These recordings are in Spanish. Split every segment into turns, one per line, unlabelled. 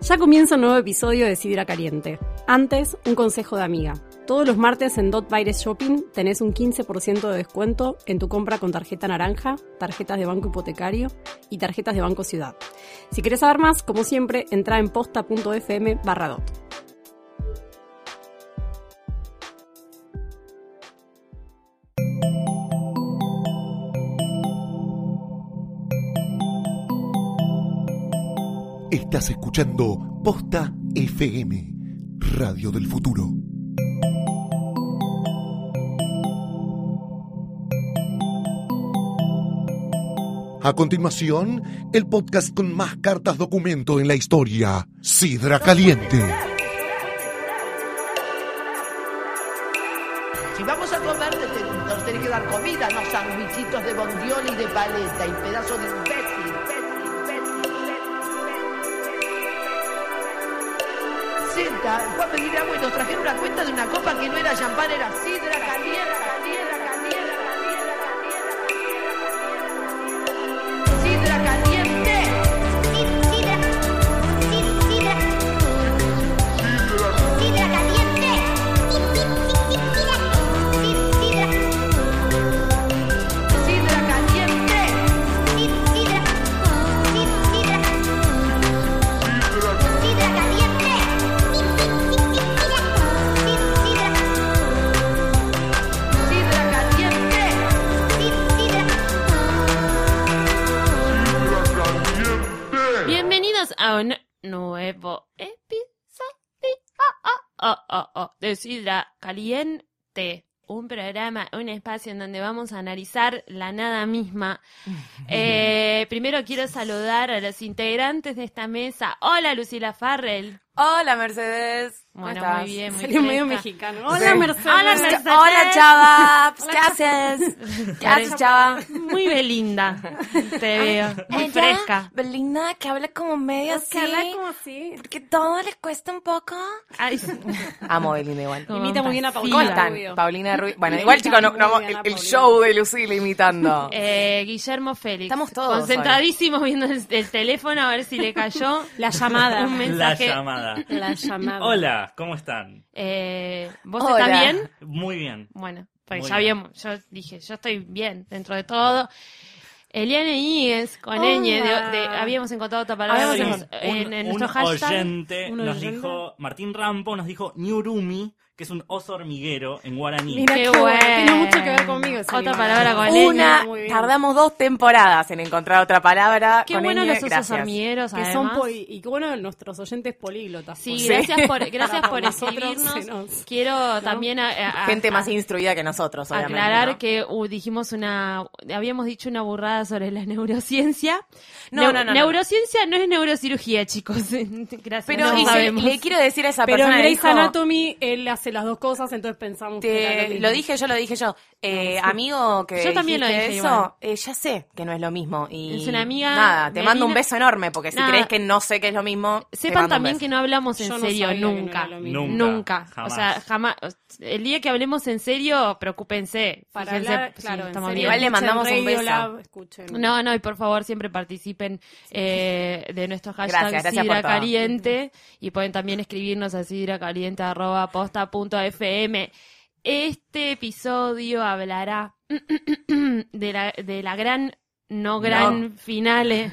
Ya comienza un nuevo episodio de Sidra Caliente. Antes, un consejo de amiga. Todos los martes en Dot Baires Shopping tenés un 15% de descuento en tu compra con tarjeta naranja, tarjetas de banco hipotecario y tarjetas de Banco Ciudad. Si querés saber más, como siempre, entra en posta.fm barra dot.
Estás escuchando Posta FM, Radio del Futuro. A continuación, el podcast con más cartas documento en la historia, Sidra Caliente.
Si vamos a comer, te- te- nos tenés que dar comida, no sandwichitos de bondiol y de paleta y pedazo de imbécil. Senta, fue a pedir agua y nos trajeron una cuenta de una copa que no era champán, era sidra caliente, caliente, caliente, caliente, caliente. Sidra caliente. Sidra caliente. Sidra caliente.
Bienvenidos a un nuevo episodio oh, oh, oh, de Sidra Caliente. Un programa, un espacio en donde vamos a analizar la nada misma. Eh, primero quiero saludar a los integrantes de esta mesa. Hola, Lucila Farrell.
Hola, Mercedes. ¿Cómo
Bueno,
estás?
muy bien, muy
Salió medio
fresca.
mexicano. Hola, Mercedes.
Hola,
Es que-
Mercedes.
Hola, chava. Pues, ¿Qué haces? ¿Qué haces, chava?
Muy belinda. Te veo.
Ah,
Muy
Ella,
fresca. Pues,
Belinda, que habla como medio así.
así.
Porque todo le cuesta un poco.
Ay,
Amo a Belinda igual.
como
Imita muy bien a
pancita.
¿Cómo
Paulina.
están?
Rubio.
Paulina Ruiz. Bueno,
Muy
igual chicos, no-
bien,
no-
muy
el,
bien,
el
Paulina.
show de Lucila imitando.
Eh, Guillermo Félix.
Estamos todos
Concentradísimos viendo el, el teléfono a ver si le cayó
La llamada.
un
La
mensaje.
llamada.
La llamada.
Hola, ¿cómo están?
Eh, ¿Vos
Hola.
estás bien?
Muy bien.
Bueno, pues
Muy
ya
bien.
habíamos, yo dije, yo estoy bien dentro de todo. Eliane Íñiguez con
Hola.
Ñ, de- de- habíamos encontrado otra palabra
Habíamos
Sí,
en,
encontrado-
en-
un,
en
un
nuestro hashtag.
oyente
¿Un
nos
oyente?
dijo, Martín Rampo nos dijo Ñurumi, que es un oso hormiguero en guaraní.
Mira qué
Qué
bueno. Tiene
bueno.
mucho que ver conmigo. ese
Otra
animal.
palabra con Belinda,
Una,
Muy bien.
tardamos dos temporadas en encontrar otra palabra.
Qué
con
bueno
ñ,
los osos
gracias.
hormigueros,
Que son
además.
poli- y qué bueno nuestros oyentes políglotas.
Sí,
porque-
gracias por, gracias
Para
por
nosotros
escribirnos.
se nos-
Quiero también a- a- a-
Gente más
a-
instruida que nosotros, obviamente.
aclarar
¿no?
que uh, dijimos una habíamos dicho una burrada sobre la neurociencia.
No,
Neu-
no, no, no.
Neurociencia no es neurocirugía, chicos. Gracias.
Pero
no
y se-
sabemos.
le quiero decir a esa
Pero en
persona.
Grey's
dijo,
Anatomy él hace las dos cosas, entonces pensamos
te-
que era lo, mismo.
lo dije yo, lo dije yo. Eh, Amigo que
Yo también lo
dijiste
dije igual.
eso, eh, ya sé que no es lo mismo. Y
Es una amiga,
Nada, te mando un
Melina.
beso enorme, porque si
Nada.
crees que no sé que es lo mismo. te
Sepan
mando un
también
beso.
que no hablamos en
Yo no
serio
sabía que no
nunca.
era lo mismo.
Nunca.
Nunca.
jamás.
O sea, jamás. El día que hablemos en serio, preocúpense.
Para
Fíjense
hablar,
si
claro, en
estamos
serio.
bien.
Igual le
Escuchen
mandamos un
Radio
beso.
Lab, escuchen.
No, no, y por favor siempre participen eh, de nuestro hashtag
Gracias, gracias por
Sidra
todo.
Caliente y pueden también escribirnos a sidracaliente.posta.fm. Este episodio hablará de la, de la gran, no gran finale,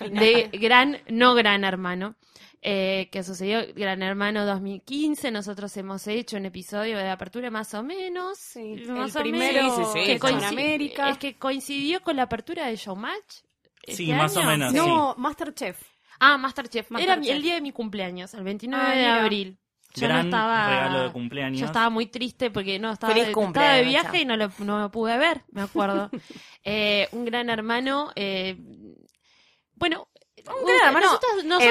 de gran, no gran hermano. eh, que sucedió Gran Hermano 2015, nosotros hemos hecho un episodio de apertura más o menos,
Sí,
más
el
o
primero
menos,
Sí, sí, sí,
que
que con
coinci-
América.
Es que coincidió con la apertura de Showmatch. este
Sí, más o
año.
menos.
No, Masterchef.
Ah, Masterchef. Era mi-
Masterchef.
el día de mi cumpleaños, el 29
Ah,
de
mira.
abril. Yo
Gran
no estaba.
regalo de cumpleaños.
Yo estaba muy triste porque no estaba,
Feliz
de,
cumple,
estaba de
Nacha.
viaje y no lo, no lo pude ver, me acuerdo. Eh, un gran hermano. eh, bueno,
Un gran hermano
nosotros- nosotras-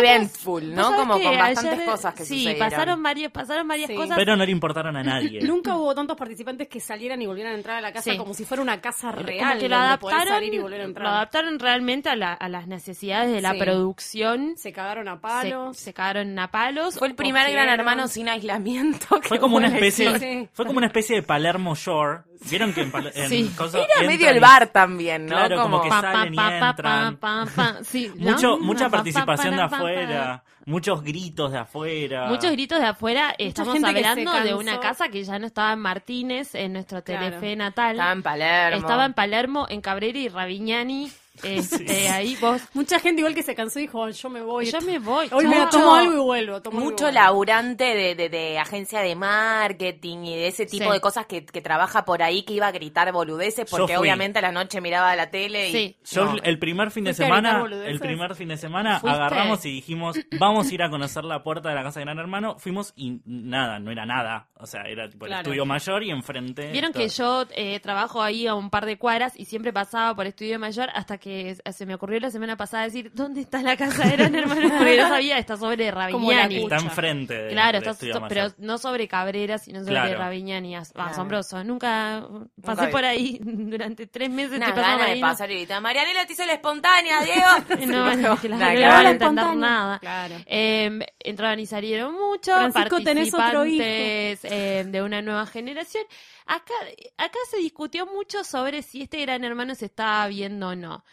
vos
eventful, ¿no?
sabés
Como
que
con bastantes
ayer-
cosas que
sí,
sucedieron.
pasaron varias, pasaron varias
Sí.
cosas.
Pero no le importaron a nadie.
Nunca hubo tantos participantes que salieran y volvieran a entrar a la casa
Sí.
como si fuera una casa
Como
real.
que lo
donde podés
adaptaron,
salir y volver a
lo
entrar.
adaptaron realmente a, la- a las necesidades de la
Sí.
producción.
Se cagaron a
Se,
palos.
se cagaron a palos.
Fue el primer gran
Cogieron.
hermano sin aislamiento. que
Fue como una
hubo.
especie,
Sí.
fue como una especie de Palermo Shore. ¿Vieron que en, Pal- en
Sí.
coso
Era
entran
medio el
y-
bar también, ¿no?
Claro, como que
Pa, pa,
salen y
pa, pa,
entran.
pa, pa, pa. Sí, ¿no?
Mucho, mucha
Pa, pa,
participación de
pa, pa, pa, pa.
afuera, muchos gritos de afuera.
Muchos gritos de afuera. Estamos
gente que se
hablando de una
cansó.
casa que ya no estaba en Martínez, en nuestro
Claro.
Telefe natal.
Estaba en Palermo.
Estaba en Palermo, en Cabrera y Ravignani. Este, Ahí vos.
Mucha gente igual que se cansó dijo, yo me voy.
Yo me voy.
Hoy me
Chao.
tomo algo y vuelvo. tomo algo y
Mucho
vuelvo.
laburante de, de- de agencia de marketing y de ese tipo
Sí.
de cosas que, que trabaja por ahí, que iba a gritar boludeces,
Yo
porque
fui.
obviamente a la noche miraba la tele y...
Sí.
Yo
No.
el primer fin de
¿Fuiste a gritar
semana,
boludeces?
el primer fin de semana
¿Fuiste?
agarramos y dijimos, vamos a ir a conocer la puerta de la casa de Gran Hermano, fuimos y nada, no era nada, o sea, era tipo el
Claro.
estudio mayor y enfrente.
Vieron
todo.
que yo eh, trabajo ahí a un par de cuadras y siempre pasaba por Estudio Mayor hasta que se me ocurrió la semana pasada decir, ¿dónde está la casa de Gran Hermano? Porque yo sabía, está sobre
Como la
Ravignani.
cucha.
está enfrente. de-
Claro,
del
está,
estudio
so-
mayor.
pero no sobre Cabrera, sino sobre
Claro.
Ravignani. As-
Claro.
Asombroso. Nunca pasé
vi.
por ahí durante tres meses.
Una
estoy pasando
gana
por
de
ahí, no-
pasar y gritar, Marianela te hizo la espontánea, Diego.
No,
Sí,
no,
pero-
que las
Nah,
claro.
reglas no van a
La
entender
espontánea.
nada.
Claro.
Eh, entraron y salieron mucho,
Francisco, tenés
participantes
otro hijo.
eh, de una nueva generación. Acá, acá se discutió mucho sobre si este gran hermano se está viendo o no.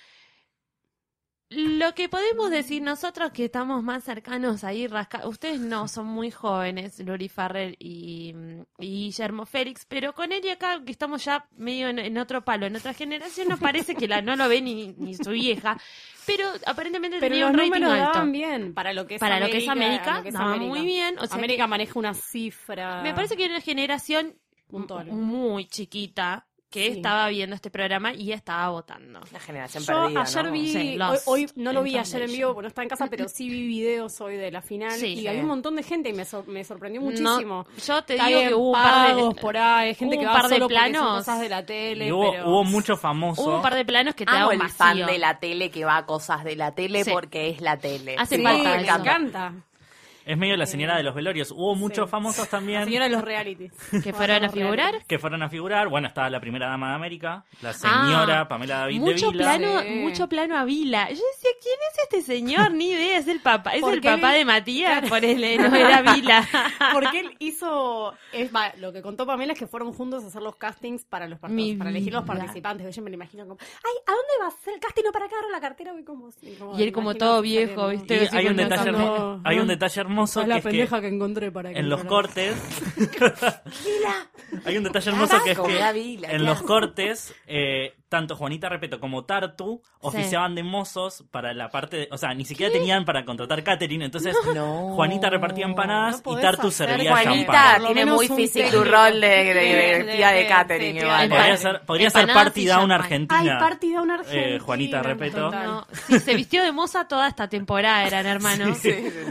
Lo que
Mm.
podemos decir nosotros que estamos más cercanos ahí, rasca... ustedes no, son muy jóvenes, Lori Farrell y, y Guillermo Félix, pero con él y acá, que estamos ya medio en, en otro palo, en otra generación, nos parece que la no lo ve ni, ni su vieja, pero aparentemente
Pero
tenía
los
un rating
números
alto.
daban bien. Para lo que es
Para
América.
lo que es América,
lo que es
daba
América.
muy bien. O sea,
América maneja una cifra.
me parece que era una generación
Puntual.
muy chiquita que
Sí.
estaba viendo este programa y estaba votando.
Una generación
Yo
perdida,
ayer
¿no?
vi,
Sí,
hoy-
Lost
hoy, no lo
en
vi ayer en
Foundation.
vivo porque no está en casa, pero sí vi videos hoy de la final
Sí,
y
sí.
había un montón de gente y me, sor- me sorprendió
No,
muchísimo.
yo te
Está
digo
bien,
que hubo un par
pagos
de
por ahí, gente
hubo
que
un
va
par de
solo porque son
planos.
cosas de la tele,
Y hubo,
pero
hubo mucho famoso.
Hubo un par de planos que te
Amo
daban
el fan
vacío.
de la tele que va a cosas de la tele
Sí.
porque es la tele.
Hace
Sí,
Sí,
falta
me
eso.
encanta.
Es medio la señora de los velorios. Hubo muchos famosos también
La señora de los realities.
que fueron a figurar.
que fueron a figurar. Bueno, estaba la primera dama de América, la señora
Ah,
Pamela David
mucho
de Vila.
plano,
Sí.
mucho plano a Vila. Yo decía, ¿quién es este señor? Ni idea, es el papá, es
¿Por
el
qué
papá
le-
de Matías, por él, no era Vila.
Porque él hizo. Es, va, lo que contó Pamela es que fueron juntos a hacer los castings para los part-
Mi
para elegir los
vida.
participantes. Yo me lo imagino como. Ay, ¿a dónde va a hacer el casting? No para acá, agarro la cartera, voy como. sí,
Y él como
imagino
todo
que
viejo,
sale, ¿no?
¿viste?
Y
Estoy así
hay un,
con la
detalle
cama.
hermo- hay un detalle hermoso
Sos
que
la
es que
pendeja que encontré para que
en
me
los
hagas.
cortes. Hay un detalle hermoso que es
Como la
que
Vila,
en
claro.
los cortes, eh, tanto Juanita Repeto como Tartu oficiaban de mozos para la parte de. O sea, ni siquiera tenían para contratar catering, entonces
No.
Juanita repartía empanadas
No
y
podés
Tartu
hacer-
servía
Juanita
champán.
Por lo
tiene
menos
muy
un
físico tu
técnico.
rol de, de- de-
Sí,
tía de
sí,
catering.
sí,
igual.
tía de
Podría
Empanadas.
ser, podría ser party
y
down
champán.
argentina.
Ay, partida una argentina.
Eh, Juanita Repeto.
total.
No, sí, se vistió de moza toda esta temporada, eran hermanos.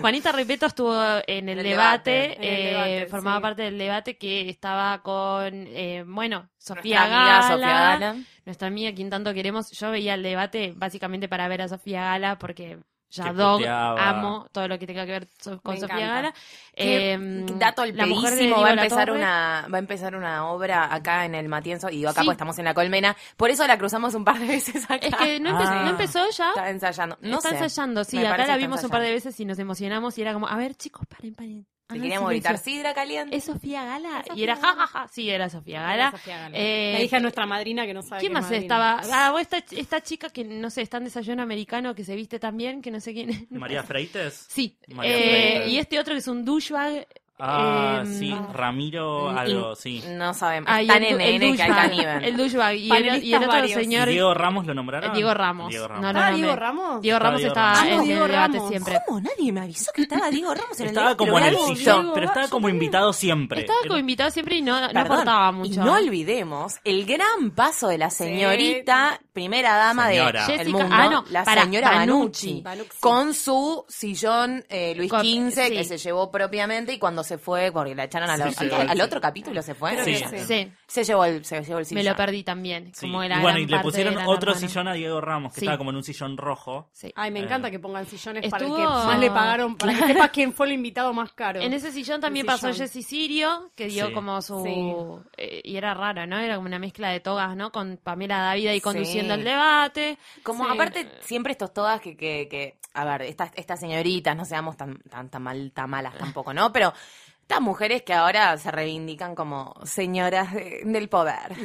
Juanita Repeto estuvo en el,
En el
debate,
debate,
en el
eh,
debate,
formaba
sí.
parte del debate que estaba con, eh, bueno, Sofía
Nuestra amiga
Gala,
Sofía Gala.
nuestra amiga quien tanto queremos. Yo veía el debate básicamente para ver a Sofía Gala porque ya
Que
dog,
puteaba.
amo todo lo que tenga que ver so- con
Me
Sofía
encanta.
Gala.
Qué
Eh,
dato el
la mujer de
pedísimo,
Diego
va a
La
empezar
Torre.
una va a empezar una obra acá en el Matienzo y acá
Sí.
pues estamos en la Colmena, por eso la cruzamos un par de veces acá.
Es que no, empe-
Ah.
no empezó ya.
está ensayando, no
está
sé.
ensayando, sí,
Me
acá
parece
la
que
vimos
está
un par de
ensayando.
veces y nos emocionamos y era como, a ver chicos, paren, paren.
Le
hagan
queríamos
silencio.
gritar sidra caliente.
¿Es Sofía Gala?
¿Es
y era
Sofía
jajaja.
Gala?
Sí, era Sofía
Era
Gala.
Sofía Gala.
Eh,
La hija de nuestra madrina que no sabe.
¿Quién
qué es
más
madrina.
estaba? Ah, o esta, esta chica que no sé, está en desayuno americano que se viste también, que no sé quién es.
María Freites.
Sí.
María
Eh,
Freites.
y este otro que es un douchebag.
Ah,
eh,
sí, Ramiro
Mm,
algo,
y-
sí.
No sabemos,
ah, y
están
el
en
du- el
N que
douchebag,
caníbal.
El douchebag. Y el, y el
Panelistas
otro
varios.
señor.
¿Y Diego Ramos lo nombraron?
eh, Diego Ramos.
Diego Ramos.
No, no,
¿Estaba
no,
Diego
me-
Ramos?
Diego
Estaba
Ramos
Diego
estaba
Ramos.
en
Amo
el
Diego
debate
Ramos.
siempre.
¿Cómo nadie me avisó que estaba Diego Ramos en el
Estaba
debate?
como en el
Lo
sillón,
olvidé.
pero estaba como invitado siempre.
Estaba como
Era-
invitado siempre y no, no
Perdón,
aportaba
Y
mucho.
no olvidemos el gran paso de la señorita, primera dama de
Señora.
Jessica-
el mundo,
ah, no,
la
para,
señora
Banucci.
Banucci,
Banucci.
con su sillón eh, Luis
Con-
XV que
sí.
se llevó propiamente y cuando se fue, porque la echaron a la-
Sí,
al,
sí,
al
sí.
otro capítulo, se fue.
Creo
Sí.
que sí.
Sí.
Se llevó el, se llevó
Me
el sillón.
lo perdí también,
Sí.
como
Y
era
bueno,
gran
y le
parte
pusieron
de Gran
otro
Hermano.
sillón a Diego Ramos, que
Sí.
estaba como en un sillón rojo.
Sí.
Ah,
Ay, me encanta que pongan sillones para el que
Estuvo-
más le pagaron, para que sepas quién fue el invitado más caro.
En ese sillón también
El
pasó
sillón.
Jessy Sirio, que dio
Sí.
como su...
Sí.
eh, y era raro, ¿no? Era como una mezcla de togas, ¿no? Con Pamela Dávila y
Sí.
conduciendo el debate.
Como
Sí.
aparte, siempre estos todas que, que, que a ver, estas, estas señoritas, no seamos tan, tan, tan mal, tan malas tampoco, ¿no? Pero estas mujeres que ahora se reivindican como señoras de- del poder.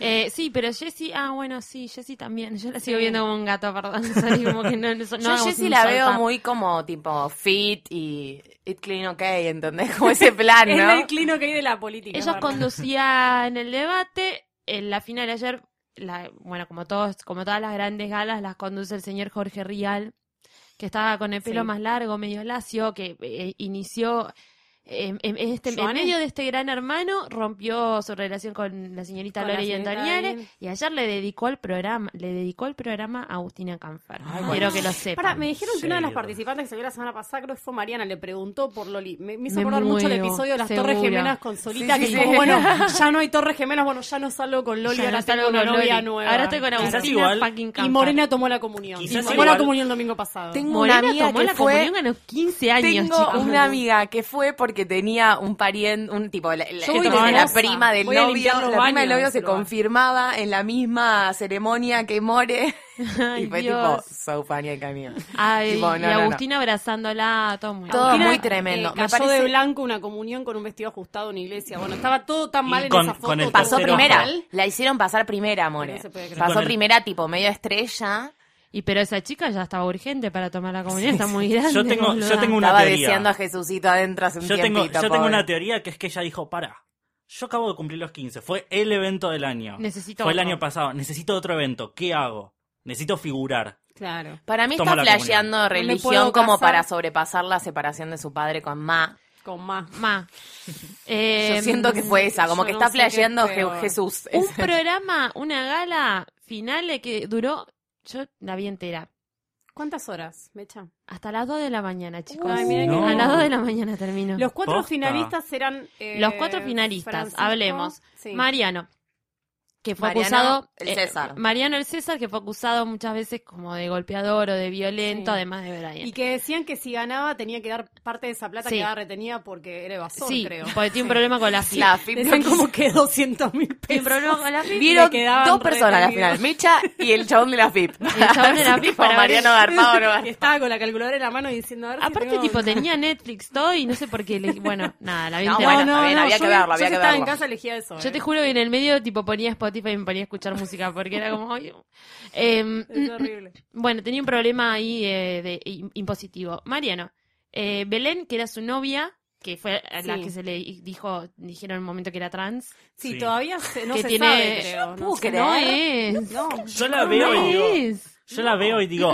Eh, sí, pero Jessie, ah, bueno, sí, Jessie también. Yo la sigo viendo como un gato, perdón. Sorry, como que no, no, no
Yo a
hagamos
Jessie
un
la veo
solpa.
muy como tipo fit y it clean okay, ¿entendés? Como ese plan,
Es
¿no?
el clino que hay de la política.
Ellos
Bárbara.
conducían el debate. En la final ayer, la- bueno, como todos, como todas las grandes galas, las conduce el señor Jorge Rial, que estaba con el pelo
Sí.
más largo, medio lacio, que eh, inició eh, en, en este, en
Joanes.
medio de este gran hermano, rompió su relación con la señorita
Con la
Lore y
señorita
Antoniere,
Bien.
y ayer le dedicó el programa, le dedicó el programa a Agustina Canfer.
Ay,
Quiero
bueno.
que lo sepan.
Pará, me dijeron que una de las
Shade.
participantes que salió la semana pasada, creo que fue Mariana, le preguntó por Loli. Me, me hizo
Me
acordar mucho el
muero,
episodio de las
seguro.
Torres Gemelas con Solita,
Sí,
que
sí,
dijo,
sí.
bueno, ya no hay Torres Gemelas, bueno, ya no salgo con Loli,
Ya
ahora
no
tengo
salgo
una
con
novia
Loli.
nueva.
Ahora estoy con
Claro.
Quizás
Agustina
igual-
fucking
Y
Canfer.
Morena tomó la comunión.
Quizás
Y tomó la
igual-
comunión el domingo pasado.
Tengo
Morena
una amiga
tomó
que
la
fue...
comunión a los 15 años,
Tengo
chicos.
una amiga que fue porque tenía un pariente, un tipo, la, la-
Yo voy
la-
de
la
moza.
prima del
Voy a
novio,
limpiar
la
los
prima del
baños
novio
de
se
ese lugar.
confirmaba en la misma ceremonia que More.
Ay,
y fue
Dios.
tipo, so funny el camino.
Ay,
Tipo,
y
no, no, no.
Agustina abrazándola, todo muy
Todo
bien.
Agustina,
muy tremendo.
eh,
Me
cayó
parece-
de blanco una comunión con un vestido ajustado en una iglesia. Bueno, estaba todo tan
Y
mal en
con-
esa foto.
con el
todo
Pasó
tan
tercer
primera,
ojo.
mal.
la hicieron pasar primera, More.
No se puede creer.
Pasó
Con el-
primera, tipo, medio estrella.
Y pero esa chica ya estaba urgente para tomar la comunión, está muy grande.
Yo tengo- yo
boluda.
tengo una
Estaba
teoría.
deseando a Jesucito adentro hace un
Yo tengo,
tiempito,
yo tengo
pobre.
una teoría que es que ella dijo, para, yo acabo de cumplir los 15, fue el evento del año.
Necesito
fue el
otro.
año pasado, necesito otro evento, ¿qué hago? Necesito figurar.
Claro.
Para mí
Tomo
está
la
flasheando
me
religión
puedo
como
casar.
para sobrepasar la separación de su padre con Ma.
Con más.
Ma. Eh,
Yo siento que fue esa, como
Em, yo
que
no
está
sé qué es
flasheando Je-
peor.
Jesús.
Un programa, una gala final que duró, yo la vi entera,
¿Cuántas horas, Mecha?
hasta las 2 de la mañana, chicos.
Ay, mira No.
que-
A las 2 de la mañana terminó.
Los cuatro
Posta.
finalistas eran. eh,
Los cuatro finalistas,
Francisco,
hablemos.
sí.
Mariano, que fue
Mariano,
acusado. eh,
el César.
Mariano el César, que fue acusado muchas veces como de golpeador o de violento,
Sí.
además de Brian.
Y que decían que si ganaba tenía que dar parte de esa plata
Sí.
que daba retenida porque era evasor,
sí,
creo.
porque tiene un problema con la FIP.
La FIP
Decían
no
como que 200 mil
Tiene
pesos.
un problema con la FIP.
Vieron
Le quedaban
dos personas a la
retenidos.
final, Mecha y el chabón de la FIP.
El chabón de la
Tipo,
FIP para
Mariano
ver-
Garpado
Y
no garpado.
estaba con la calculadora en la mano y diciendo, a ver si
Aparte,
tengo-
tipo, tenía Netflix todo y no sé por qué. le- Bueno, nada, la vi
No,
entera.
bueno, está bien, había
yo vi-
que verlo,
yo
había
si
que
estaba en
verlo.
casa elegía eso.
Yo te
eh.
juro que en el medio, tipo, ponía Spotify y me ponía a escuchar música porque era como... "Ay". Em,
Es horrible.
bueno, tenía un problema ahí eh, de, im- impositivo. Mariano, eh, Belén, que era su novia, que fue a la
Sí.
que se le dijo, dijeron en un momento que era trans,
Sí,
Sí.
todavía se- no
que
se
tiene...
sabe, creo.
no puedo
sé. ¿eh?
creer.
No es.
No.
Yo la
No
veo y digo,
es.
yo la veo y digo,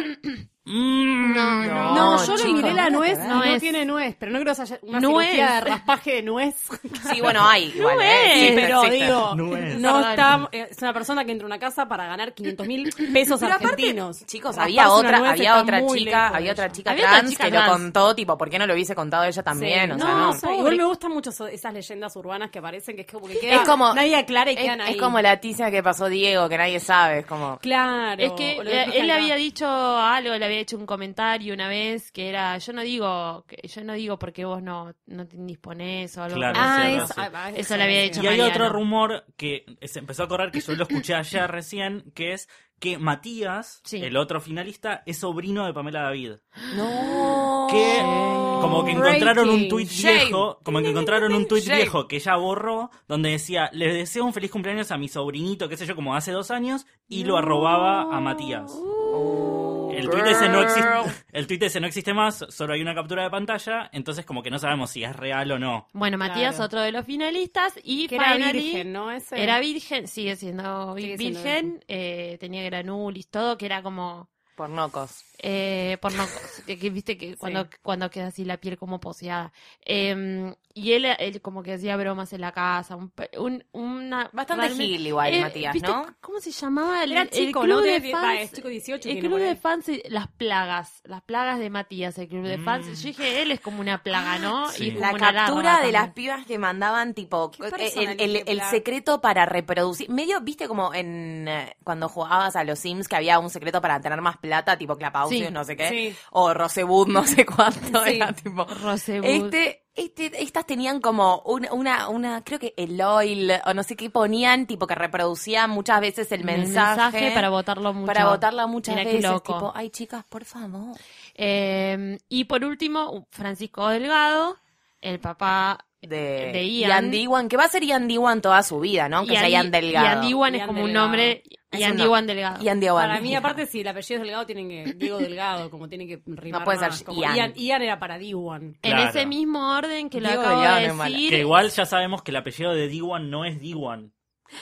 "Mm,
No, no.
No, yo
chico,
le miré la
no
nuez,
te
no,
creas.
tiene nuez, pero no creo que haya una
Nuez.
cirugía de raspaje de nuez.
Sí, bueno, hay. Igual, ¿eh?
es.
Sí,
pero
existe.
digo, no,
Nuez.
está, eh, es una persona que entra a una casa para ganar 500 mil pesos argentinos.
Chicos,
Rasparse
había
una
otra,
nuez
había
está
otra
muy
chica,
lejos de
había otra
ella.
chica
Había otra
trans
chica
que
trans.
lo contó, tipo, ¿por qué no lo hubiese contado ella también? O
Sí.
sea,
no,
no.
sí, igual me gustan mucho eso- esas leyendas urbanas que aparecen, que es como que queda,
Es como-
nadie aclara y
Es,
quedan ahí.
es como la tiza que pasó Diego, que nadie sabe, es como...
Claro.
Es que
o lo
eh,
dijiste
él le
acá.
había dicho algo, le había hecho un comentario una vez que era, yo no digo, que- yo no digo porque vos no, no te disponés o algo.
Claro,
por el
sí,
Ah,
estilo.
algo
eso,
así.
ah, ah,
Eso le había
sí.
dicho
Y hay
Mariano.
otro rumor que se empezó a correr, que yo lo escuché ayer recién, que es que Matías,
Sí.
el otro finalista, es sobrino de Pamela David.
No.
Oh. que como que encontraron un
Rating.
tuit
Oh, Shame.
viejo, como que encontraron un tuit
Shame.
viejo que ella borró, donde decía, les deseo un feliz cumpleaños a mi sobrinito, qué sé yo, como hace dos años, y lo arrobaba a Matías.
Uh.
El tuit, ese no
Girl.
existe, el tuit ese no existe más, solo hay una captura de pantalla, entonces como que no sabemos si es real o no.
Bueno, Matías,
Claro.
otro de los finalistas, y
Que era
finally-
virgen, ¿no? Ese.
Era virgen, sigue siendo vi-
Sigue siendo
virgen, eh, tenía granulis, todo, que era como
Por nocos.
eh, por no que, que viste que cuando, cuando queda así la piel como poseada. Em, y él, él como que hacía bromas en la casa, un, pe- un- una
Bastante
realmente-
gil igual,
Eh,
Matías,
¿viste
¿no?
¿Cómo se llamaba? El,
Era
el
chico,
club
¿no?
de
Tiene-
fans.
va, es chico 18
el
tiene
club
por
de
ahí.
fans, eh, las plagas, las plagas de Matías, el club de fans.
Mm.
Yo dije, él es como una plaga, ¿no?
Sí.
Y es como
Ah, La
una
captura
larva
de las
también.
pibas que mandaban, tipo,
Qué
eh, el,
personalidad,
el- el
Blas.
secreto para reproducir. Medio, viste, como en eh, cuando jugabas a los Sims que había un secreto para tener más plata, tipo Clapausius,
Sí,
no sé qué.
sí.
O Rosebud, no sé cuánto.
Sí.
Era tipo.
Rosebud.
Este Este- estas tenían como un- una, una, creo que el oil o no sé qué ponían, tipo que reproducían muchas veces el mensaje,
para votarlo mucho.
para votarla muchas
Mirá qué
veces.
loco.
Tipo, ay chicas, por favor.
Eh, y por último, Francisco Delgado, el papá
De,
De
y
Ian.
Andy Wan, que va a ser Ian Diwan toda su vida, ¿no? Aunque
y
sea
Andy-
Ian Delgado.
Y Andy Wan es
Ian
como un
Delgado.
nombre. Y
Es
Andy
una-
Wan Delgado.
Ian Diwan.
Para mí, aparte, si el apellido es Delgado, tienen que. Diego Delgado, como tienen que rimar.
puede ser
más, como
Ian.
Ian. Ian era para Diwan.
En
Claro.
ese mismo orden que lo
Diego
acabo
Delgado
de
es mala.
decir.
Que igual ya sabemos que el apellido de D1 no es D1.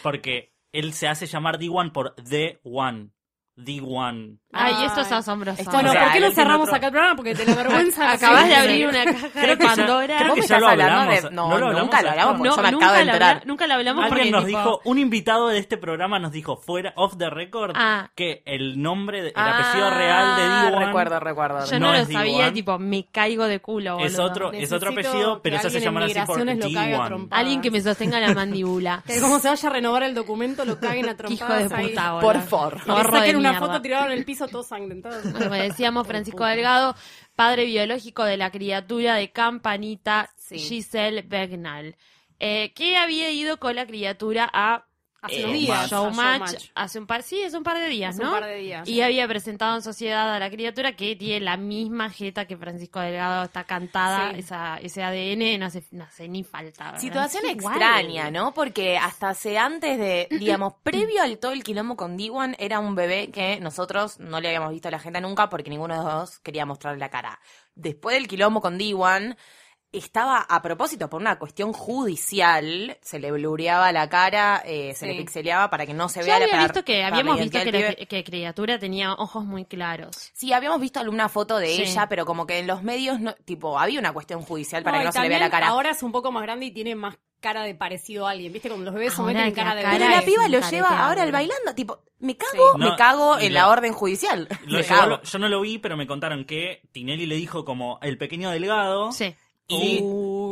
Porque él se hace llamar D1 por D1. D1.
Ay, esto es
Ay.
asombroso.
Esto
Bueno,
O sea,
¿por qué
él
no
tiene
cerramos
otro-
acá el programa? Porque de la vergüenza.
Acabas de
sí.
abrir una caja
Creo
de
que ya-
Pandora.
creo
¿Vos me
que ya
estás
lo
hablando
hablamos,
de.? No,
no lo hablamos
nunca lo
acá.
hablamos porque
No,
yo me
nunca,
acabo de
la
enterar.
habla- nunca la hablamos
Alguien
porque
nos
tipo-
dijo, un invitado de este programa nos dijo fuera off the record
Ah.
que el nombre, de- el
Ah,
apellido real de D1
Recuerdo, recuerdo.
Yo
no
no, lo
es D1.
sabía, tipo, me caigo de culo,
es
boludo.
otro, es otro
Necesito
apellido, pero
que
se hace
alguien en
llamar así por
migraciones lo cague a
D1.
trompadas.
Alguien que me sostenga la mandíbula.
Que como se vaya a renovar el documento, lo caguen a
Qué hijo de
trompadas ahí.
puta, boludo.
Por favor.
Y Le
Forro de
saquen una
mierda.
foto tirada en el piso todos sangrentados.
Como decíamos, Francisco
puta.
Delgado, padre biológico de la criatura de Campanita,
Sí.
Giselle Begnal, eh, que había ido con la criatura a
Hace
eh,
unos días. a
Showmatch
Showmatch.
hace un par, sí, es un par de días,
Hace
¿no?
un par de días.
Y había presentado en sociedad a la criatura que tiene la misma jeta que Francisco Delgado, está cantada,
Sí.
esa, ese ADN no hace, no hace ni falta. ¿verdad?
Situación
Es igual.
extraña, ¿no? Porque hasta hace antes de, digamos, previo al todo el quilombo con Diwan, era un bebé que nosotros no le habíamos visto a la gente nunca porque ninguno de los dos quería mostrarle la cara. Después del quilombo con Diwan, estaba a propósito por una cuestión judicial, se le blureaba la cara, eh, se
Sí.
le pixeleaba para que no se
Ya
vea la
había
par-
visto que
para
habíamos
la
visto
identidad
que,
del
la-
pibe.
que criatura tenía ojos muy claros.
Sí, habíamos visto alguna foto de
Sí.
ella, pero como que en los medios, no, tipo, había una cuestión judicial para
No,
que
y
no se le vea la
también
cara.
Ahora es un poco más grande y tiene más cara de parecido a alguien. ¿Viste? Como los bebés
Ahora
se meten en
la
cara de
cara
Pero
bebé.
la
es
piba
un
lo
carete
lleva ahora
bárbaro.
al bailando. Tipo, me cago,
Sí.
me
No,
cago
y
en
lo-
la orden judicial.
Lo
me
llevó-
cago.
yo no lo vi, pero me contaron que Tinelli le dijo como el pequeño delgado
Sí,
y,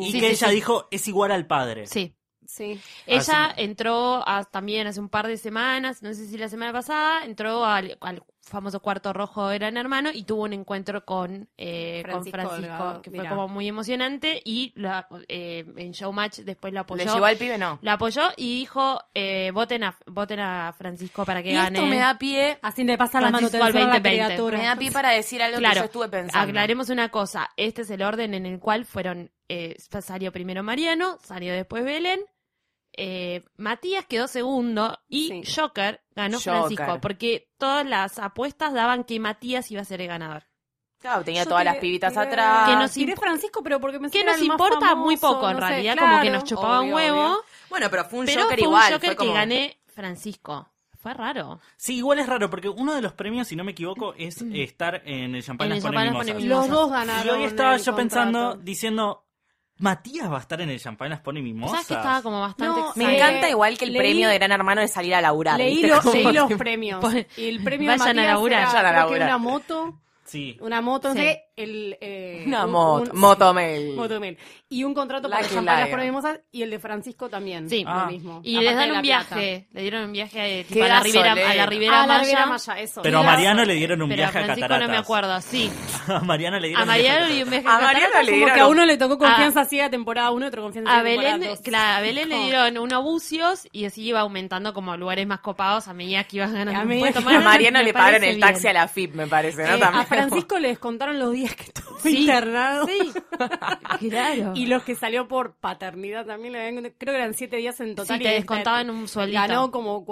y
Sí,
que
sí,
ella
sí.
dijo es igual al padre.
sí.
Sí.
Ah,
Ella
Así-
entró a- también hace un par de semanas, no sé si la semana pasada, entró al, al famoso cuarto rojo de Gran Hermano y tuvo un encuentro con, eh, con
Francisco
Francisco,
Delgado,
que
mirá.
fue como muy emocionante y la, eh, en Showmatch después la
¿Le
apoyó.
llevó al pibe? No.
La apoyó y dijo, eh, voten, a, voten a Francisco para que
Y
gane.
esto me da pie,
Así le pasa la mano
Francisco al
a la
2020.
criatura.
me da pie para decir algo que
Claro,
yo estuve pensando.
Aclaremos una cosa, este es el orden en el cual fueron, eh, salió primero Mariano, salió después Belén, eh, Matías quedó segundo y
Sí.
Joker ganó
Joker.
Francisco, porque todas las apuestas daban que Matías iba a ser el ganador.
Claro, tenía
Yo
todas
tiré-
las pibitas
tiré-
atrás.
Que nos
tiré
imp-
Francisco, pero porque me
Que nos importa muy poco en realidad, como que nos chupaba un huevo,
Bueno, pero fue un
pero
Joker
fue un
igual. fue
Joker
como-
que gané Francisco. Fue raro.
Sí, igual es raro, porque uno de los premios, si no me equivoco, es estar en el champán
En el
con
Champanas
Mimosas.
Pone
Los
Mimosas.
dos
Y
ganaron.
hoy estaba
el
yo pensando,
contrato.
diciendo, Matías va a estar en el champán las pone mimosas.
¿Sabes que estaba como bastante
No,
Me
Sí.
encanta igual que el
Leí-
premio de Gran Hermano es salir a laburar.
Leí
¿viste?
los,
Como-
leí los premios.
Pon-
Y el premio
pues, Vayan a
de Matías
laburar.
era,
Vayan a
creo que
laburar.
una moto,
Sí.
una moto, no
Sí.
sé, el, eh,
Una
un-
moto,
un-
motomail.
Motomil. Y un contrato
La
para
que
champañas
larga.
por mimosas y el de Francisco también.
Sí.
lo
Ah.
mismo.
Y
Aparte
les dan
de
un
la
viaje,
plata.
le dieron un viaje eh,
Qué
tipo, a la Ribera,
gasolero.
a la Ribera
Ah, la Rivera
Maya.
Maya, eso.
Pero a
Sí,
Mariano le dieron un
Pero a
viaje a
Francisco
Cataratas.
no me acuerdo, sí.
a Mariano le dieron
A
un viaje
Mariano le dio
Cataratas.
un viaje
A
Cataratas.
Mariano le
Como
dieron
que a uno le tocó confianza ciega temporada 1, otro confianza ciega
Ah. A Belén,
temporada dos.
claro, a Belén le dieron unos bucios y así iba aumentando como lugares más copados a medida que ibas ganando.
A medida
puesto.
que-
A Mariano
Me
le pagaron
parece
el taxi
bien.
a la FIP, me parece, ¿no?
Eh,
También.
a Francisco le descontaron los días que estuvo
Sí,
internado.
Sí, claro.
Y los que salió por paternidad también, le habían- creo que eran siete días en total.
Sí,
y
te
esta-
descontaban un sueldito.
Ganó como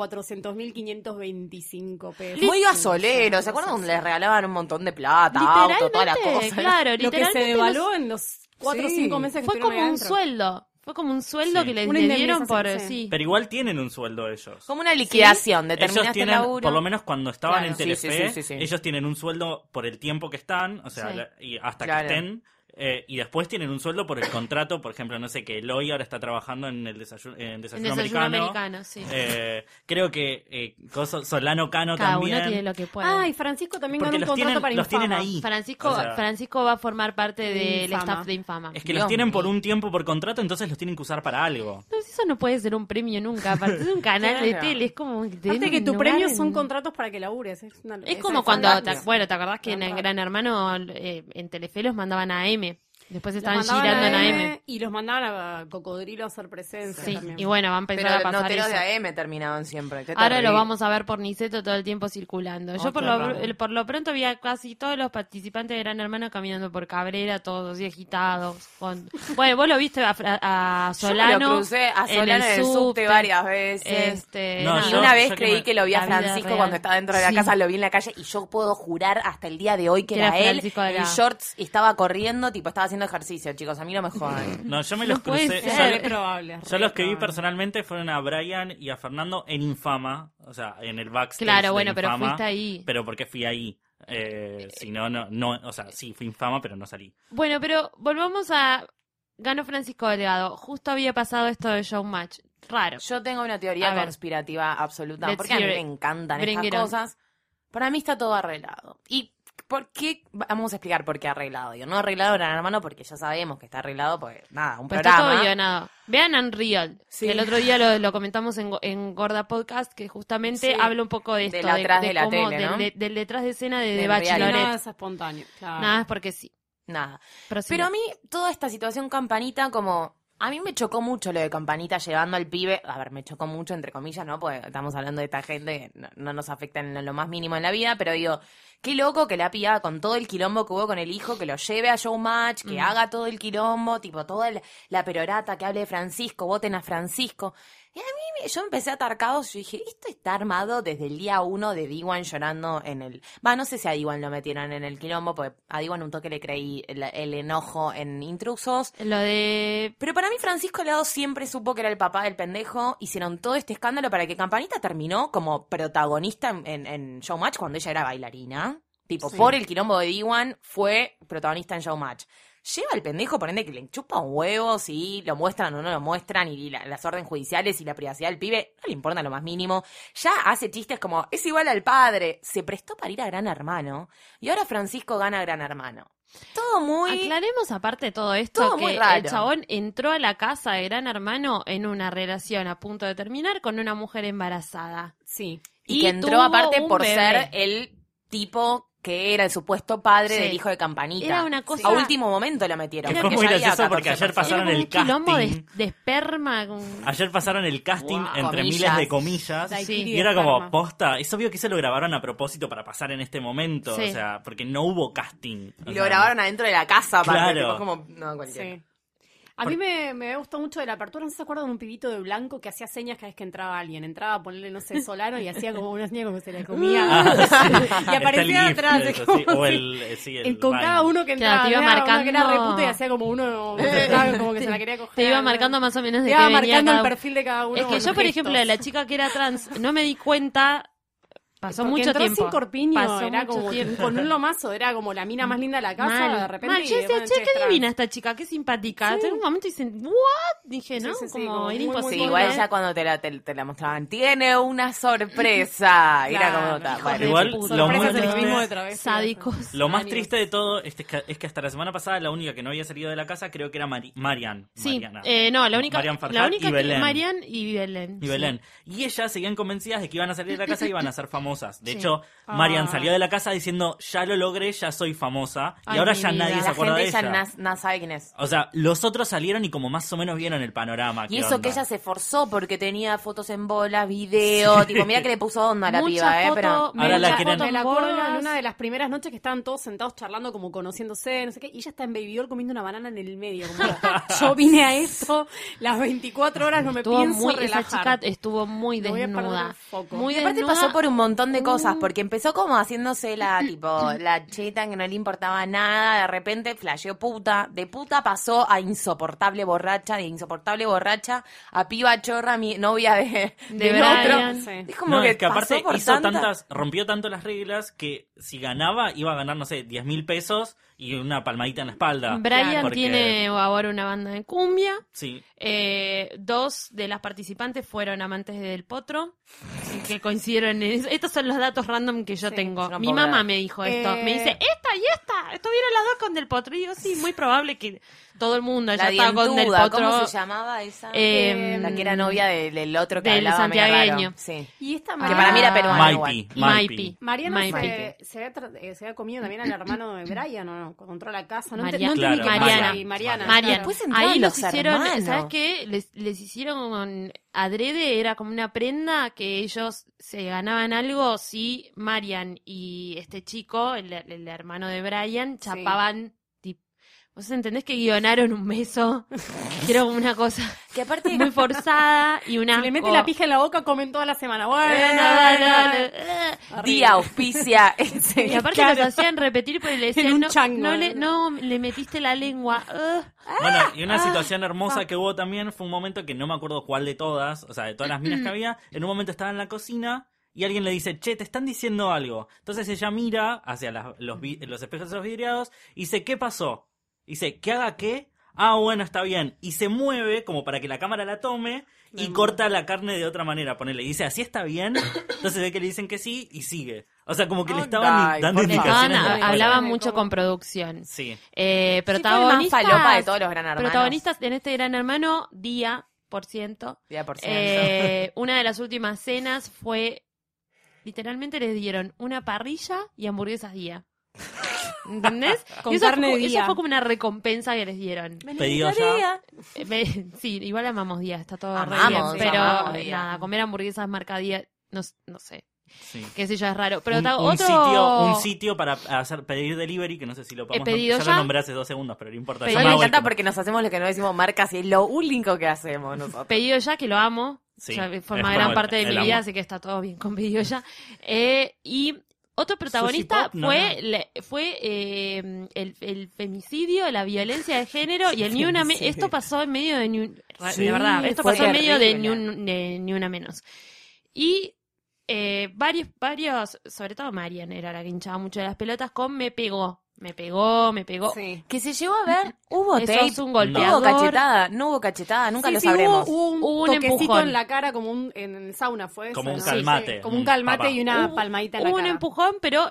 400.525 pesos.
Muy gasolero, ¿se acuerdan? Les regalaban un montón de plata, auto, toda la cosa.
claro,
Lo que se
literalmente
devaluó en los cuatro o
Sí.
cinco meses que
fue
estuvieron
como
ahí
un
adentro.
sueldo. Fue como un sueldo
Sí.
que le,
Una
le dieron por...
indemnización, sí.
Sí.
Pero igual tienen un sueldo ellos.
Como una liquidación, de
Ellos
determinaste el
tienen,
laburo.
por lo menos cuando estaban
Claro.
en
Sí,
Telefe,
sí, sí, sí, sí.
ellos tienen un sueldo por el tiempo que están, o sea,
Sí.
la- y hasta
Claro.
que estén, eh, y después tienen un sueldo por el contrato, por ejemplo, no sé, que Eloy ahora está trabajando en el desayuno, en
En
desayuno,
desayuno
americano.
americano, sí.
Eh, creo que eh, Coso- Solano Cano
Cada
también.
uno tiene lo que puede.
Ah, y Francisco también
Porque
ganó un
los
contrato
tienen-
para
los
Infama.
tienen ahí.
Francisco,
O sea-
Francisco va a formar parte
De
del
Infama.
staff de Infama.
Es que
Dios
los tienen por
mío.
un tiempo por contrato, entonces los tienen que usar para algo.
No, eso no puede ser un premio nunca. Aparte de un canal de
Claro.
tele, es como. que te
Aparte
den
que
un
tu
lugar
premio
en-
son contratos para que labures. Es, una- es
Es como
el
cuando.
contrato.
te- bueno, ¿te acordás que en el
Contrato.
Gran Hermano eh, en Telefe los mandaban a M? Después
Los
estaban
mandaban
girando en
a
AM.
Y los mandaban a Cocodrilo a hacer presencia
Sí,
también.
y bueno, van a
Pero
empezar a pasar
noteros
eso.
de AM terminaban siempre. qué
Ahora
terrible.
lo vamos a ver por Niceto todo el tiempo circulando. Yo
Otro
por lo,
ramo.
el- por lo pronto vi a casi todos los participantes de Gran Hermano caminando por Cabrera, todos y agitados. con- Bueno, vos lo viste a, Fra- a
Yo me lo
Solano.
crucé a
en
Solano en el subte, varias veces.
Este,
No,
nada.
y
yo-
una vez
que
creí
me-
que lo vi a
la vida
Francisco
real.
cuando estaba dentro de la
Sí.
casa, lo vi en la calle y yo puedo jurar hasta el día de hoy que,
Que
era,
era
él
Francisco de
en
la-
shorts y estaba corriendo, tipo estaba haciendo ejercicio, chicos, a mí no me jodan.
No, yo me
No
los
puede
crucé.
ser.
yo
Es
le-
re probable.
Yo los que vi
personalmente
personalmente fueron a Brian y a Fernando en Infama, o sea, en el backstage.
Claro,
de
bueno, pero
Infama,
fuiste ahí.
Pero porque fui ahí. Eh, si no, no, no, o sea, sí, fui Infama, pero no salí.
Bueno, pero volvamos a... Ganó Francisco Delgado. Justo había pasado esto de Showmatch. Raro.
Yo tengo una teoría
A ver.
conspirativa absoluta,
Let's
porque a mí
hear
me
it.
encantan
Bring it
estas
on.
cosas. Para mí está todo arreglado. ¿Y por qué? Vamos a explicar por qué arreglado. Yo no arreglado Gran Hermano porque ya sabemos que está arreglado, pues nada, un
Pero está
programa.
todo guionado. Vean Unreal.
Sí.
que el otro día lo, lo comentamos en, Go- en Gorda Podcast, que justamente
Sí.
habla un poco de esto.
Del atrás de la
cómo-
tele,
del-
¿no?
de- del detrás de escena de,
Del
de
reality.
Bachelorette.
Nada es espontáneo. Claro.
Nada, es porque sí.
Nada.
Pero sí.
Pero a mí, toda esta situación campanita, como. A mí me chocó mucho lo de campanita llevando al pibe. A ver, me chocó mucho, entre comillas, ¿no? Porque estamos hablando de esta gente que no, no nos afecta en lo más mínimo en la vida, pero digo, qué loco que la pillaba con todo el quilombo que hubo con el hijo, que lo lleve a Showmatch, que haga todo el quilombo, tipo, toda el- la perorata que hable de Francisco, voten a Francisco. Y a mí, me- yo empecé a atar cabos, yo dije, esto está armado desde el día uno de Diwan llorando en el... Va, no sé si a Diwan lo metieron en el quilombo, porque a Diwan un toque le creí el, el enojo en intrusos.
Lo de.
Eh, Pero para mí Francisco Leado siempre supo que era el papá del pendejo. Hicieron todo este escándalo para que Campanita terminó como protagonista en, en- en Showmatch cuando ella era bailarina. Tipo, por el quilombo de Diwan fue protagonista en Showmatch. Lleva al pendejo, por ende, que le chupa un huevo si lo muestran o no lo muestran y la- las órdenes judiciales y la privacidad del pibe no le importa lo más mínimo. Ya hace chistes como, es igual al padre. Se prestó para ir a Gran Hermano y ahora Francisco gana a Gran Hermano. Todo muy...
Aclaremos aparte de todo esto
Todo
que
muy raro.
el chabón entró a la casa de Gran Hermano en una relación a punto de terminar con una mujer embarazada.
Sí.
Y
Y, que entró
tuvo
aparte
un
por
bebé.
ser el tipo que era el supuesto padre
Sí.
del hijo de Campanita.
Era una cosa-
A último momento la metieron.
Era
porque
muy
ya había
gracioso porque
14
ayer
personas.
Era
pasaron
como un
el
quilombo de,
casting. Ah,
de esperma. con-
Ayer pasaron el casting
Wow.
entre
Comillas.
miles de comillas.
Sí.
Y era como
Karma.
posta. Es obvio que se lo grabaron a propósito para pasar en este momento.
Sí.
O sea, porque no hubo casting. O
Y
sea,
lo grabaron adentro de la casa, aparte,
Claro.
tipo, como, no, cualquiera.
Sí. A mí me, me gustó mucho de la apertura, no se acuerdan de un pibito de blanco que hacía señas cada vez que entraba alguien. Entraba a ponerle, no sé, Solano y hacía como una seña como se la comía.
Ah, sí. Está
y
el
aparecía
GIF
atrás.
de eso,
como
sí.
si-
O el, eh, sí, el
en- con cada
Vine.
uno que entraba,
Claro, te iba
miraba uno que era
marcando-
reputa y hacía como uno, ¿sabes? como que se la quería coger.
Te iba marcando más o menos de
Te iba
qué venía
marcando
cada
el
uno.
perfil de cada uno.
Es que
con
yo, por
gestos.
ejemplo, de la chica que era trans, no me di cuenta. Pasó
Porque
mucho
entró
tiempo.
sin corpiño,
Pasó
era
mucho
como
tiempo.
con un lomazo, era como la mina más linda de la casa,
Mal,
de repente.
mal.
y
Yo
de
decía,
repente,
che,
es
qué
trans".
divina esta chica, qué simpática. En un momento dicen, ¿what? Dije,
Sí,
¿no?
sí, sí,
como,
como
era
muy, muy
imposible.
Sí,
Bueno.
igual ya cuando te la, te, te la mostraban, tiene una sorpresa. Y Era como,
Claro,
ta,
hijo
bueno.
de
Igual,
puta.
lo
Sorpresas
más
en el
triste-
mismo de travesti.
Sádicos.
Lo más
Ánimos.
triste de todo es que, es que hasta la semana pasada la única que no había salido de la casa creo que era Mari- Marian.
Sí,
Mariana.
eh, no, la única,
Marian
la
Farhad
única
y
que
Belén.
Marian y Belén.
y Belén. Y ellas seguían convencidas de que iban a salir de la casa y iban a ser famosas. De
Sí.
hecho, Marian salió de la casa diciendo, ya lo logré, ya soy famosa. Y
Ay,
ahora
mi
ya
vida.
nadie se
La
acuerda de
gente ya
ella.
na, na sabe quién es.
O sea, los otros salieron y como más o menos vieron el panorama.
Y
Ah, qué
eso
onda.
que ella se esforzó porque tenía fotos en bolas, video, tipo, mira que le puso onda a la
Mucha
piba, ¿eh?
foto,
Pero...
me
Ahora la
mucha
quieren-
foto
Me
en
la acuerdo
bolas.
en una de las primeras noches que estaban todos sentados charlando, como conociéndose, no sé qué, y ella está en Baby Doll comiendo una banana en el medio. como, yo vine a esto, las 24 horas no me
Estuvo
pienso
muy, esa chica
relajar.
estuvo muy
No voy a perder
desnuda.
el foco.
Muy
Y aparte
desnuda.
pasó por un montón de cosas, porque empezó como haciéndose la tipo la cheta que no le importaba nada, de repente flasheó puta, de puta pasó a insoportable borracha, de insoportable borracha a piba chorra, mi novia de,
De
de
Brian.
otro.
Sí.
Es como
No,
que,
es que
pasó
aparte
por
hizo
tanta-
tantas, rompió tanto las reglas que si ganaba iba a ganar, no sé, 10 mil pesos y una palmadita en la espalda.
Brian
Ah, Porque-
tiene ahora una banda de cumbia.
Sí,
Eh, dos de las participantes fueron amantes del potro, que coincidieron en eso. Estos son los datos random que yo
Sí,
tengo.
yo no
Mi
puedo
mamá
creer.
me dijo esto.
Eh,
Me dice, esta y esta, estuvieron las dos con del potro. Y yo, sí, muy probable que todo el mundo
la
haya estado con del
dientuda, ¿cómo
potro.
se llamaba esa?
Eh,
la que
em,
era novia de- del otro que
del
hablaba medio raro.
santiagueño.
Sí.
Y esta
Que para mí era peruana
Maipi,
igual.
Y
Maipi.
Maipi.
Mariana
Maipi.
se, se había, tra- eh, se había comido también al hermano de Brian, ¿o no? Mariano, cuando entró a la casa. No, ent-
María-
no entendí
Claro,
qué
Mariana.
pasó ahí, Mariana.
Mariana. pues,
claro.
Después entraron
Ahí los
los
hicieron,
hermanos.
¿sabes qué? Les, les hicieron con- adrede, era como una prenda que ellos se ganaban algo si Marian y este chico, el, el hermano de Brian, chapaban. tip- ¿Vos entendés que guionaron un beso? Quiero una cosa
Que aparte
muy forzada y una.
Si le mete la pija en la boca, comen toda la semana. Bueno,
Eh,
Arriba.
día auspicia
Y
ese.
aparte
Claro.
los hacían repetir por el
En un
escenario. No,
chango.
no le, no, le metiste la lengua. ah.
Bueno, y una situación hermosa que hubo también fue un momento que no me acuerdo cuál de todas, o sea, de todas las minas que había, en un momento estaba en la cocina y alguien le dice, che, te están diciendo algo. Entonces ella mira hacia las- los, vi- los espejos de los vidriados y dice, ¿qué pasó? Y dice, ¿qué haga qué? Ah, bueno, está bien. Y se mueve como para que la cámara la tome y corta la carne de otra manera, ponele. Y dice, ¿así está bien? Entonces ve que le dicen que sí y sigue. O sea, como que le
Ay,
estaban
por
dando
favor.
indicaciones.
Estaban,
de la
Indicaciones.
ha-
cara.
Ah, hablaban
Como-
mucho con producción.
Sí.
Eh,
Sí, fue el más
protagonistas,
falopa de todos los gran hermanos.
protagonistas en este Gran Hermano, Día, por ciento.
Día por ciento.
Eh, una de las últimas cenas fue, literalmente les dieron una parrilla y hamburguesas Día. ¿Entendés?
Con
Y eso,
carne
fue,
de
eso
Día.
fue como una recompensa que les dieron.
Pedido ya.
Eh, me- sí, igual amamos Día, está todo re
Amamos,
bien, Pero
amamos Día.
nada, comer hamburguesas marca Día, no, s- no sé,
Sí.
qué sé yo, es raro. Pero
un,
ta-
un
otro-
sitio, un sitio para hacer, pedir delivery, que no sé si lo podemos nom-
pedido
ya,
ya.
lo nombré hace dos segundos, pero no importa.
Pero
ya
Igual
me
me
hago el
encanta
que-
porque nos hacemos lo que no decimos marcas y es lo único que hacemos nosotros.
Pedido ya, que lo amo.
Sí,
ya
es
forma
como
gran
el-
parte de
el
mi
amo.
vida, así que está todo bien con Pedido ya. Eh, y otro protagonista
Pop, no,
fue,
no.
le- fue eh, el, el femicidio, la violencia de género y el ni una menos.
Femicidio.
Esto pasó en medio de ni un-
Sí,
de verdad, esto
fue
pasó en medio de ni,
terrible.
un- de Ni una menos. Y eh, varios, varios, sobre todo Marian era la que hinchaba mucho de las pelotas con me pegó, me pegó, me pegó.
Sí.
Que se llegó a ver, hubo
Eso
tape,
es un
hubo
golpeador.
cachetada, no hubo cachetada, nunca
Sí,
lo
sí,
sabremos.
Hubo, hubo
Hubo
un,
un
toquecito
empujón.
en la cara, como un, en el sauna fue
Como
eso,
un
¿no?
calmate.
Sí, Como un
Mm,
calmate
papá.
y una
Hubo-
palmadita en la
hubo un
cara.
empujón, pero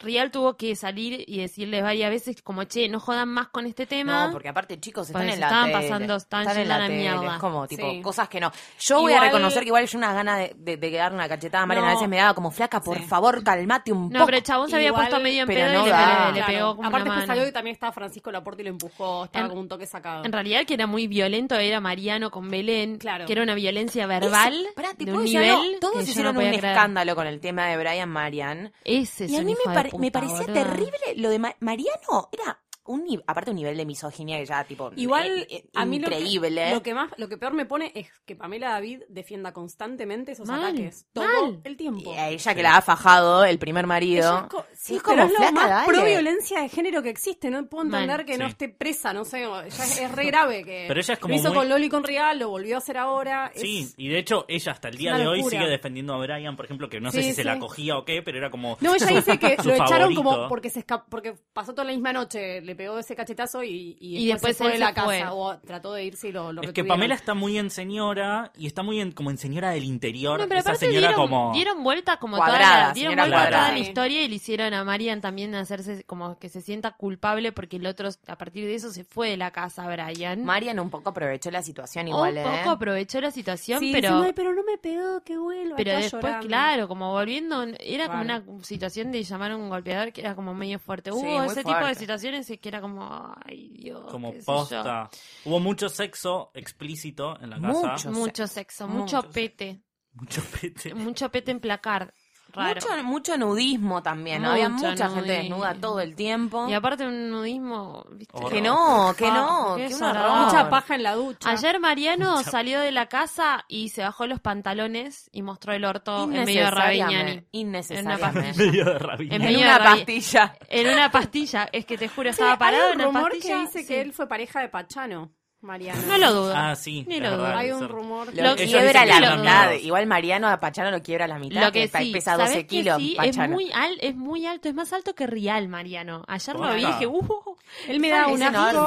Rial tuvo que salir y decirles varias veces como, che, no jodan más con este tema.
No, porque aparte, chicos,
Porque
están
se
en la
estaban
tele,
pasando, estaban yendo a la
tele,
mierda.
Es como, tipo,
Sí.
cosas que no. Yo voy a
Igual-
reconocer que igual yo una gana de, de, de quedar una cachetada a Mariana.
No.
A veces me daba como, flaca, por
Sí.
favor, calmate un
No,
poco.
pero el chabón se había
Igual,
puesto medio en
pero
pedo
no
y le,
da.
pe- le
Ah, Claro.
pegó como
Aparte
una
después
mano.
salió que también estaba Francisco Laporte y lo empujó, estaba
En-
como un toque sacado.
En realidad el que era muy violento era Mariano con Belén,
Claro.
que era una violencia verbal
Eso- pará, ¿te
de
puedo
un
decir algo?
nivel que
Todos
yo
hicieron
no
un
podía creer.
escándalo con el tema de Brian Marian.
Ese es
Y a
un
mí
hijo
me,
de
pare-
puta,
me parecía
boluda.
terrible lo de Ma- Mariano. Era un ni- aparte un nivel de misoginia que ya, tipo,
Igual,
eh, eh,
a mí lo que-
increíble.
Lo que más, lo que peor me pone es que Pamela David defienda constantemente esos
Mal,
ataques. Todo
mal.
el tiempo.
Y a ella que la ha fajado el primer
Ella
marido.
es co-
Y
sí,
es
pero es lo
flaca,
más
dale.
pro violencia de género que existe. No puedo
Mal.
entender que no
Sí.
esté presa, no sé. o- ya es, es re grave que
Pero ella es como
lo hizo
muy-
con Loli con Rial, lo volvió a hacer ahora. es-
Sí, y de hecho ella hasta el día
una
de hoy
locura.
sigue defendiendo a Brian, por ejemplo, que no sé
Sí,
si se la
sí.
cogía o qué, pero era como...
No, ella dice que
su
lo echaron
favorito.
como porque se esca- porque pasó toda la misma noche, le pegó ese cachetazo y, y
Y
después,
después
se fue
él
de
se
la
fue.
casa o trató de irse y lo, lo
Es que
retuvieron.
Pamela está muy en señora y está muy en, como en señora del interior.
No, pero
Esa
aparte
señora
dieron,
como...
dieron vuelta como toda
Cuadrada,
la, dieron
señora
vuelta a toda
cuadrada.
la
Sí.
historia y le hicieron a Marian también hacerse como que se sienta culpable porque el otro a partir de eso se fue de la casa Brian.
Marian un poco aprovechó la situación igual,
un
¿eh?
poco aprovechó la situación,
Sí,
pero
diciendo, "Ay, pero no me pegó, que vuelva.
pero
está
después,
llorando".
claro, como volviendo, era como
Claro.
una situación de llamar a un golpeador que era como medio fuerte.
Sí,
Hubo
muy
ese tipo de
fuerte.
situaciones que era como, ay Dios,
como
qué sé yo.
posta. Hubo mucho sexo explícito en la casa.
Mucho.
Mucho sexo,
Mucho
mucho,
sexo.
pete,
Mucho pete.
mucho pete en placar. Raro.
Mucho, mucho nudismo también, ¿no? Había
Mucho
mucha gente
nudismo.
desnuda todo el tiempo.
Y aparte un nudismo, ¿viste?
Horror.
Que no, que
Ah,
no,
qué
que un
desagradable.
horror.
Mucha paja en la ducha.
Ayer Mariano salió de la casa y se bajó los pantalones y mostró el orto en medio de Ravignani.
Innecesariamente. Innecesariamente.
En una pastilla.
En medio de rabia.
En
En
medio de
una
Ravi-
pastilla.
En una pastilla, es que te juro,
Sí,
estaba parado
hay
en
un
una
rumor
pastilla.
que dice
sí.
que él fue pareja de Pachano, Mariano.
No lo dudo.
Ah, sí.
Ni
es
lo dudo.
verdad,
Hay
es
un
cierto.
rumor.
Lo,
Lo que-
quiebra
ellos
la
dicen que lo-
mitad. Igual Mariano a Pachano lo quiebra la mitad.
Lo que
pe-
sí,
pesa
¿sabés
12
que
kilos.
sí? es
Pachano.
muy, al- es muy alto, es más alto que Rial, Mariano. Ayer lo
Posta.
vi y dije, uh,
Él me da
es
un asco.
enorme.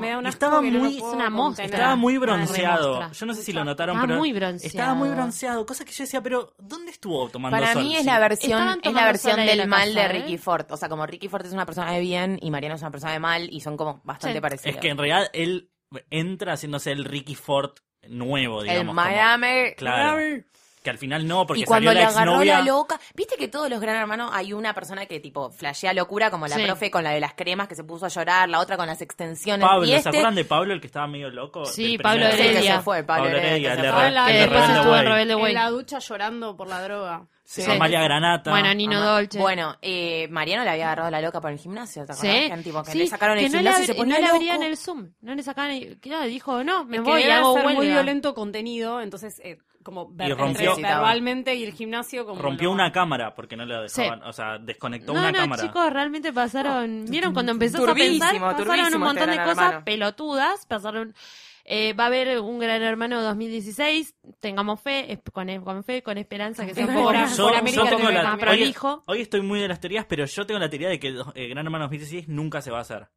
Me da un
Y
asco
estaba
que no lo
muy-
puedo
es una mostra.
contener.
Estaba muy
ah, Remostra.
bronceado. Yo no sé si lo notaron,
Estaba
pero
Ah, muy bronceado.
estaba muy bronceado. Cosa que yo decía, pero ¿dónde estuvo tomando
Para
sol?
mí es
Sí.
la versión,
Estaban
es la
tomando
versión
sola de
del
la
mal
casa,
de
¿eh?
Ricky Ford. O sea, como Ricky Ford es una persona de bien y Mariano es una persona de mal y son como bastante
Sí.
parecidos.
Es que en realidad él entra haciéndose el Ricky Ford nuevo, digamos.
el
como-
Miami.
Claro. Que al final no, porque
y cuando
salió
le
la
agarró
exnovia.
la loca, viste que todos los gran hermanos hay una persona que tipo flashea locura, como la
Sí.
profe con la de las cremas que se puso a llorar, la otra con las extensiones.
Pablo,
y
¿se
este
acuerdan de Pablo el que estaba medio loco?
Sí,
Del
Pablo
primero.
Sí, que
Heredia.
se fue, Pablo
Pablo
Heredia,
Heredia,
que se
el
fue.
de
Hola,
Re-
que
de
después
Rebelde
estuvo en
Way.
Rebelde
En
Way.
la ducha llorando por la droga.
Sí.
Amalia Granata. Ah,
Bueno, Nino
Ajá.
Dolce.
Bueno, eh, Mariano le había agarrado la loca por el gimnasio, ¿te acordás?
Sí,
Que, tipo, que
sí,
le sacaron
que
el
no le
gimnasio
abri-
y se
no
ponía
le
loco.
abrían el Zoom, no le sacaban, el- que no, dijo, no, me
Es que
voy,
debe
hago
ser
huelga.
muy violento contenido, entonces eh, como ver-
Y rompió-
entre- verbalmente y el gimnasio como
Rompió
lo-
una cámara porque no la
Sí.
dejaban, o sea, desconectó
No,
una
no,
cámara.
chicos, realmente pasaron, vieron cuando empezás a
Oh, Turbísimo,
pensar, pasaron
turbísimo
un montón
este
de
Gran
cosas
Hermano.
pelotudas, pasaron, eh, va a haber un Gran Hermano 2016, tengamos fe, es- con, con fe, con esperanza que sea
Yo-
por,
yo
por
América
América
tengo
TV
la-
más
oye,
prolijo.
Hoy estoy muy de las teorías, pero yo tengo la teoría de que eh, Gran Hermano 2016 nunca se va a hacer.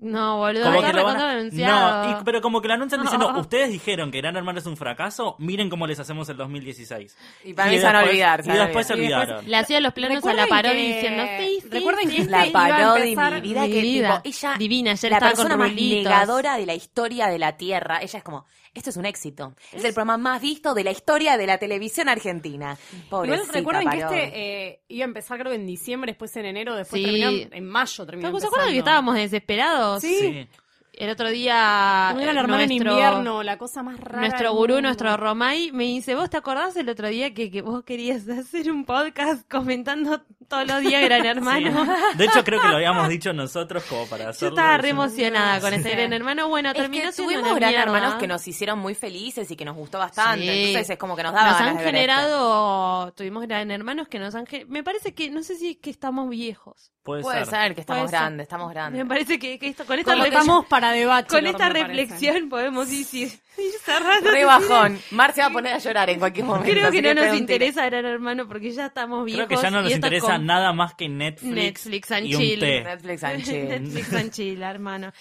No, boludo,
Como
está
que lo van a-
recontra
No,
denunciado.
y- pero como que lo anuncian diciendo,
No.
ustedes dijeron que Gran Hermano es un fracaso, miren cómo les hacemos el 2016.
Y para mí se van a
después-
olvidar. se
Y
van a
después se
olvidar. Y después-
olvidaron.
Le hacía los planos a la
Recuerden
parodia
que-
diciendo, sí, sí,
recuerden
sí,
que este
sí,
la
La
sí".
parodia
paró
de mi
de mi vida,
Mi
que
vida.
tipo, ella,
divina, ayer
la
estaba
persona
con
más
rulitos.
negadora de la historia de la Tierra, ella es como, esto es un éxito, es el programa más visto de la historia de la televisión argentina.
Igual
Pobrecita,
recuerden que
paró.
este eh, iba a empezar creo en diciembre, después en enero, después
Sí. pues,
terminaron en mayo terminaron
¿Se acuerdan que
empezando.
estábamos desesperados? El otro día.
Como era la
eh,
hermana
nuestro-
en invierno, la cosa más rara.
Nuestro
del
gurú,
mundo.
nuestro Romay, me dice, ¿vos te acordás el otro día que, que vos querías hacer un podcast comentando todos los días Gran Hermano?
Sí. De hecho, creo que lo habíamos dicho nosotros como para
Yo
hacerlo.
estaba re
Sí.
emocionada con ese
Sí.
Gran Hermano. Bueno,
Es que
terminó siendo
tuvimos
una
gran
mierda.
hermanos que nos hicieron muy felices y que nos gustó bastante.
Sí.
Entonces es como que nos daba
Nos
ganas
han
de ver esto.
generado, tuvimos gran hermanos que nos han, ge- me parece que, no sé si es que estamos viejos,
Puede,
Puede
ser.
ser que estamos
Puede ser.
grandes, estamos
me
grandes.
parece que, que esto, con esta,
Como
reflexión-
estamos para debate.
con esta reflexión podemos ir, ir- ir cerrando.
Re bajón. Mar se va a poner a llorar en cualquier momento.
Creo
así
que no
pega
nos
un tiro.
interesa Gran Hermano porque ya estamos viejos.
Creo que ya no
y
nos
esto es
interesa
con-
nada más que Netflix,
Netflix and
y un
chill.
té.
Netflix and chill.
Netflix and chill, hermano.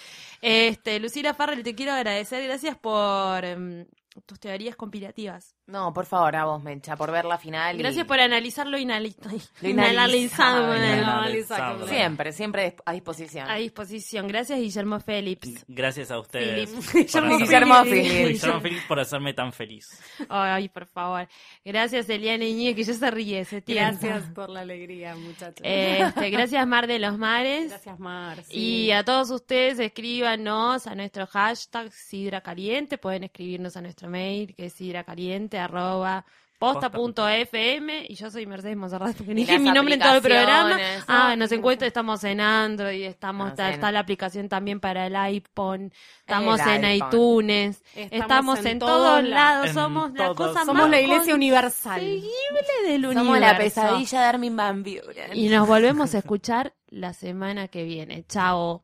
Este, Lucila Farrell, te quiero agradecer. Gracias por em, tus teorías conspirativas.
No, por favor, a vos, Mencha, por ver la final. y-
Gracias por analizar lo inali-
Lo
inanalizable.
inanalizable.
Inanalizable.
Siempre, siempre a disposición.
A disposición. Gracias, Guillermo Félix.
Gracias a ustedes.
Philip.
por
Guillermo
hacerme-
Guillermo
Philip.
Philip.
Guillermo Philip por hacerme tan feliz.
Ay, por favor. Gracias, Eliana Iñigue, que ya se ríe, se tienta.
Gracias por la alegría, muchachos.
Este, gracias, Mar de los Mares.
Gracias, Mar.
Y a todos ustedes escríbanos a nuestro hashtag Sidra Caliente, pueden escribirnos a nuestro mail que es sidracaliente arroba posta.fm y yo soy Mercedes Monserrat, porque dije
las
mi nombre en todo el programa.
aplicaciones.
Ah, nos encuentra, estamos en Android, estamos,
No,
está,
sí,
está
no.
la aplicación también para el iPhone, estamos
El
en
iPhone.
iTunes, estamos, en, todos lados,
en
somos la
todos.
cosa
Somos
más
Somos la iglesia universal.
conseguible del universo.
Somos la pesadilla de Armin Van Buren.
Y nos volvemos a escuchar la semana que viene. Chao.